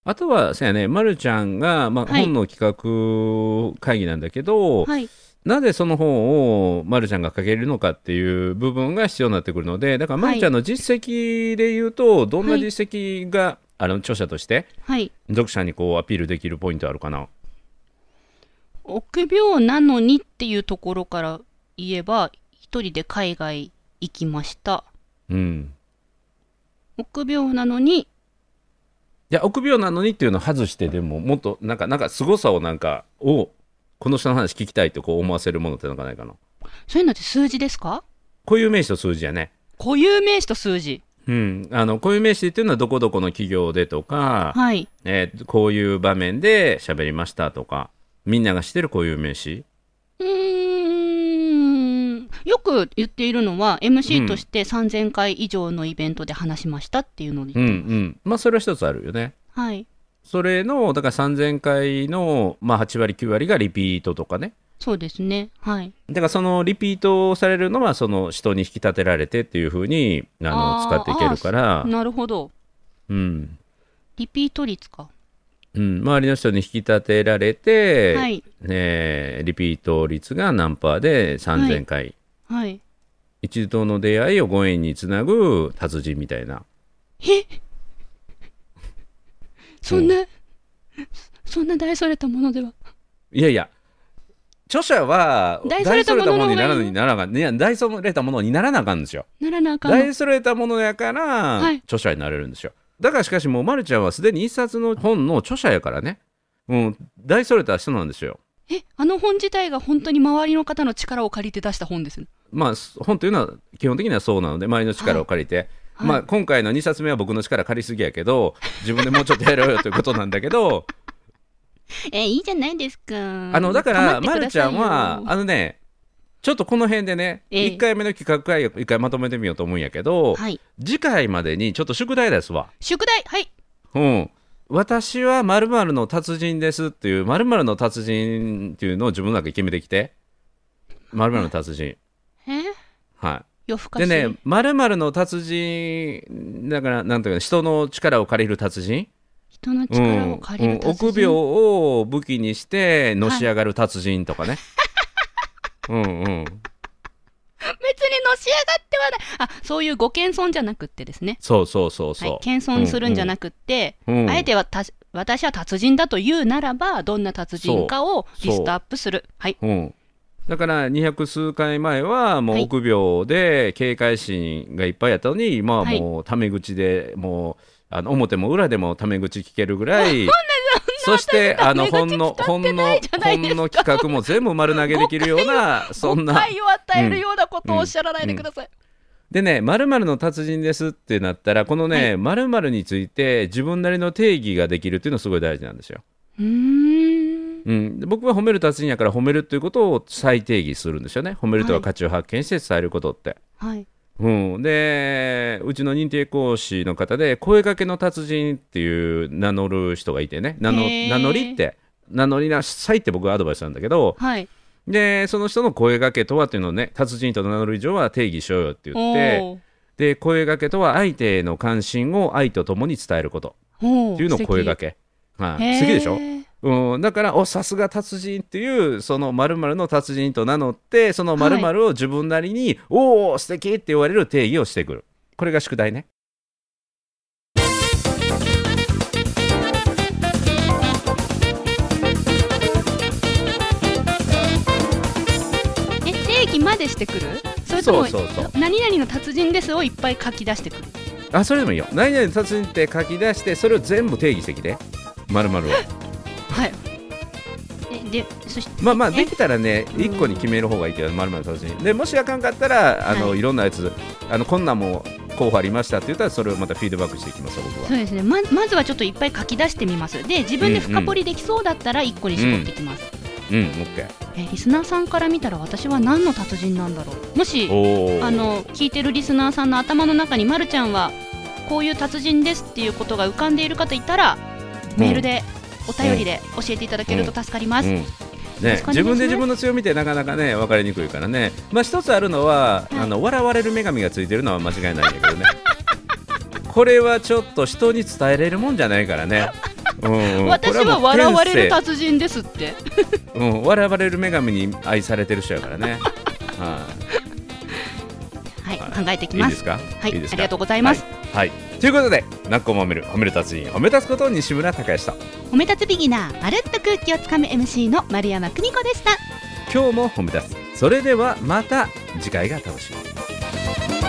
[SPEAKER 1] あとはそうやね、ま、るちゃんが、まあ
[SPEAKER 2] はい
[SPEAKER 1] 本の企画会議なんだけど、
[SPEAKER 2] はい
[SPEAKER 1] なぜその本をまるちゃんが書けるのかっていう部分が必要になってくるのでだから
[SPEAKER 2] は
[SPEAKER 1] ま
[SPEAKER 2] い
[SPEAKER 1] るちゃんの実績で言うとどんな
[SPEAKER 2] はい
[SPEAKER 1] 実績が、あの著者として
[SPEAKER 2] はい
[SPEAKER 1] 読者にこうアピールできるポイントあるかな
[SPEAKER 2] 臆病なのにっていうところから言えば一人で海外行きました
[SPEAKER 1] うん
[SPEAKER 2] 臆病なのに
[SPEAKER 1] いや臆病なのにっていうのを外してでももっとなんかなんか凄さをなんかをこの人の話聞きたいってこう思わせるものってなんかないかな
[SPEAKER 2] そういうのって数字ですか
[SPEAKER 1] 固有名詞と数字やね
[SPEAKER 2] 固有名詞と数字
[SPEAKER 1] うんあの固有名詞っていうのはどこどこの企業でとか、
[SPEAKER 2] はい
[SPEAKER 1] えーこういう場面で喋りましたとかみんなが知ってる固有名詞
[SPEAKER 2] うーんよく言っているのは
[SPEAKER 1] うん
[SPEAKER 2] MC として3000回以上のイベントで話しましたっていうので、
[SPEAKER 1] うんうんまあそれは一つあるよね
[SPEAKER 2] はい
[SPEAKER 1] それのだから3000回の、まあ、8割9割がリピートとかね
[SPEAKER 2] そうですねはい
[SPEAKER 1] だからそのリピートされるのはその人に引き立てられてっていう風にあの
[SPEAKER 2] あー
[SPEAKER 1] 使っていけるから、
[SPEAKER 2] なるほど
[SPEAKER 1] うん
[SPEAKER 2] リピート率か
[SPEAKER 1] うん、周りの人に引き立てられて、
[SPEAKER 2] はい
[SPEAKER 1] ね、リピート率が何パーで3000回、
[SPEAKER 2] はい
[SPEAKER 1] 一度の出会いをご縁につなぐ達人みたいな
[SPEAKER 2] えそんな、そんな大それたものでは。
[SPEAKER 1] いやいや著者は
[SPEAKER 2] 大それたものの方が
[SPEAKER 1] 大それたもの
[SPEAKER 2] いい
[SPEAKER 1] にならなにならなかいや大それたものにならなあかんんですよ
[SPEAKER 2] ならなあかんの。
[SPEAKER 1] 大それたものやから、
[SPEAKER 2] い
[SPEAKER 1] 著者になれるんですよだからしかしもうまるちゃんはすでに一冊の本の著者やからね、うん、大それた人なんですよ
[SPEAKER 2] え、あの本自体が本当に周りの方の力を借りて出した本ですね。
[SPEAKER 1] まあす本というのは基本的にはそうなので周りの力を借りて、
[SPEAKER 2] はい
[SPEAKER 1] まあ、今回の2冊目は僕の力借りすぎやけど自分でもうちょっとやろうよということなんだけど
[SPEAKER 2] え、いいじゃないですか。
[SPEAKER 1] あのだからま
[SPEAKER 2] 構って
[SPEAKER 1] る
[SPEAKER 2] くだ
[SPEAKER 1] ちゃ
[SPEAKER 2] さい
[SPEAKER 1] ん
[SPEAKER 2] よ
[SPEAKER 1] はあのねちょっとこの辺でね、
[SPEAKER 2] ええ
[SPEAKER 1] 1回目の企画会を1回まとめてみようと思うんやけど、
[SPEAKER 2] はい。
[SPEAKER 1] 次回までにちょっと宿題ですわ。
[SPEAKER 2] 宿題、はい。
[SPEAKER 1] うん、私は〇〇の達人ですっていう〇〇の達人っていうのを自分の中で決めてきて〇〇の達人
[SPEAKER 2] え
[SPEAKER 1] はい
[SPEAKER 2] 夜更か
[SPEAKER 1] で
[SPEAKER 2] し。
[SPEAKER 1] ね、まるの達人、だから、なんていうか、人の力を借りる達人。
[SPEAKER 2] 人の
[SPEAKER 1] うん
[SPEAKER 2] 力を借りる
[SPEAKER 1] うん
[SPEAKER 2] 達人、
[SPEAKER 1] 臆病を武器にして、のし上がる達人とか ね。うんうん。
[SPEAKER 2] 別にのし上がってはない。あ、そういうご謙遜じゃなくってですね。
[SPEAKER 1] そうそうそう
[SPEAKER 2] はい
[SPEAKER 1] そ、
[SPEAKER 2] 謙遜するんじゃなくって、
[SPEAKER 1] う。うん
[SPEAKER 2] あえてはた私は達人だと言うならば、どんな達人かをリストアップする。はい。
[SPEAKER 1] うん。だから、二百数回前は、もう
[SPEAKER 2] はい
[SPEAKER 1] 臆病で、警戒心がいっぱいやったのに、今はもう、タメ口で、もう、あの表も裏でもタメ口聞けるぐらい。そして、あの、ほんの、ほんの、
[SPEAKER 2] じゃな
[SPEAKER 1] ほ
[SPEAKER 2] いですか
[SPEAKER 1] んの企画も全部丸投げできるような、そん
[SPEAKER 2] 誤
[SPEAKER 1] な。
[SPEAKER 2] 解を与えるようなことをおっしゃらないでください。
[SPEAKER 1] でね、まるの達人ですってなったら、このね、まるについて自分なりの定義ができるっていうのすごい大事なんですよ。
[SPEAKER 2] うーん。
[SPEAKER 1] うん、で僕は褒める達人やから褒めるということを再定義するんですよね。褒めるとは価値を発見して伝えることって。
[SPEAKER 2] はい。
[SPEAKER 1] うん、でうちの認定講師の方で声かけの達人っていう名乗る人がいてね名の
[SPEAKER 2] へー
[SPEAKER 1] 名乗りって名乗りなさいって僕はアドバイスなんだけど
[SPEAKER 2] はい。
[SPEAKER 1] でその人の声かけとはっていうのをね達人と名乗る以上は定義しようよって言って
[SPEAKER 2] おー
[SPEAKER 1] で声がけとは相手への関心を愛とともに伝えること
[SPEAKER 2] おー
[SPEAKER 1] っていうのを声がけはい、
[SPEAKER 2] へー
[SPEAKER 1] 好きでしょうん、だからおさすが達人っていうその〇〇の達人と名乗ってその〇〇を自分なりに、おお素敵って言われる定義をしてくるこれが宿題ね
[SPEAKER 2] え定義までしてくるそれとも
[SPEAKER 1] そうそうそう
[SPEAKER 2] 何々の達人ですをいっぱい書き出してくる
[SPEAKER 1] あそれでもいいよ何々の達人って書き出してそれを全部定義してきて〇〇を
[SPEAKER 2] はいえでそして
[SPEAKER 1] まあまあ
[SPEAKER 2] え
[SPEAKER 1] できたらね
[SPEAKER 2] うん
[SPEAKER 1] 1個に決める方がいいけど〇〇の達人でもしあかんかったらあの、、
[SPEAKER 2] はい
[SPEAKER 1] ろんなやつあのこんなんも候補ありましたって言ったらそれをまたフィードバックしていきますよ僕は
[SPEAKER 2] そうですねままずはちょっといっぱい書き出してみますで自分で深掘りできそうだったら1個に絞ってきます、
[SPEAKER 1] うん OK
[SPEAKER 2] えリスナーさんから見たら私は何の達人なんだろうもし
[SPEAKER 1] おお
[SPEAKER 2] あの聞いてるリスナーさんの頭の中にまるちゃんはこういう達人ですっていうことが浮かんでいる方いたらメールで、お便りで教えていただけると助かります、
[SPEAKER 1] うん
[SPEAKER 2] よろ
[SPEAKER 1] ね
[SPEAKER 2] しくお願いし、ます
[SPEAKER 1] 自分で自分の強みってなかなかね分かりにくいからね、まあ、一つあるのは、
[SPEAKER 2] はい
[SPEAKER 1] あの笑われる女神がついてるのは間違いないんだけどね これはちょっと人に伝えれるもんじゃないからね、うんうん
[SPEAKER 2] 私
[SPEAKER 1] こ
[SPEAKER 2] は
[SPEAKER 1] れ
[SPEAKER 2] 笑
[SPEAKER 1] も
[SPEAKER 2] わ
[SPEAKER 1] う天
[SPEAKER 2] れ
[SPEAKER 1] 性
[SPEAKER 2] る達人ですって
[SPEAKER 1] うん、笑われる女神に愛されてる人やからねは
[SPEAKER 2] はい、
[SPEAKER 1] はい
[SPEAKER 2] 考えて
[SPEAKER 1] い
[SPEAKER 2] き
[SPEAKER 1] いい
[SPEAKER 2] ま
[SPEAKER 1] です
[SPEAKER 2] す
[SPEAKER 1] か
[SPEAKER 2] はい
[SPEAKER 1] いです
[SPEAKER 2] あ
[SPEAKER 1] か
[SPEAKER 2] りがとうございます、
[SPEAKER 1] はい、はいということで「なっこも褒める褒める達人褒め立つこと西村孝之と
[SPEAKER 2] 褒め立つビギナーまるっと空気をつかむ MC の丸山久美子でした
[SPEAKER 1] 今日も褒め立つそれではまた次回が楽しみ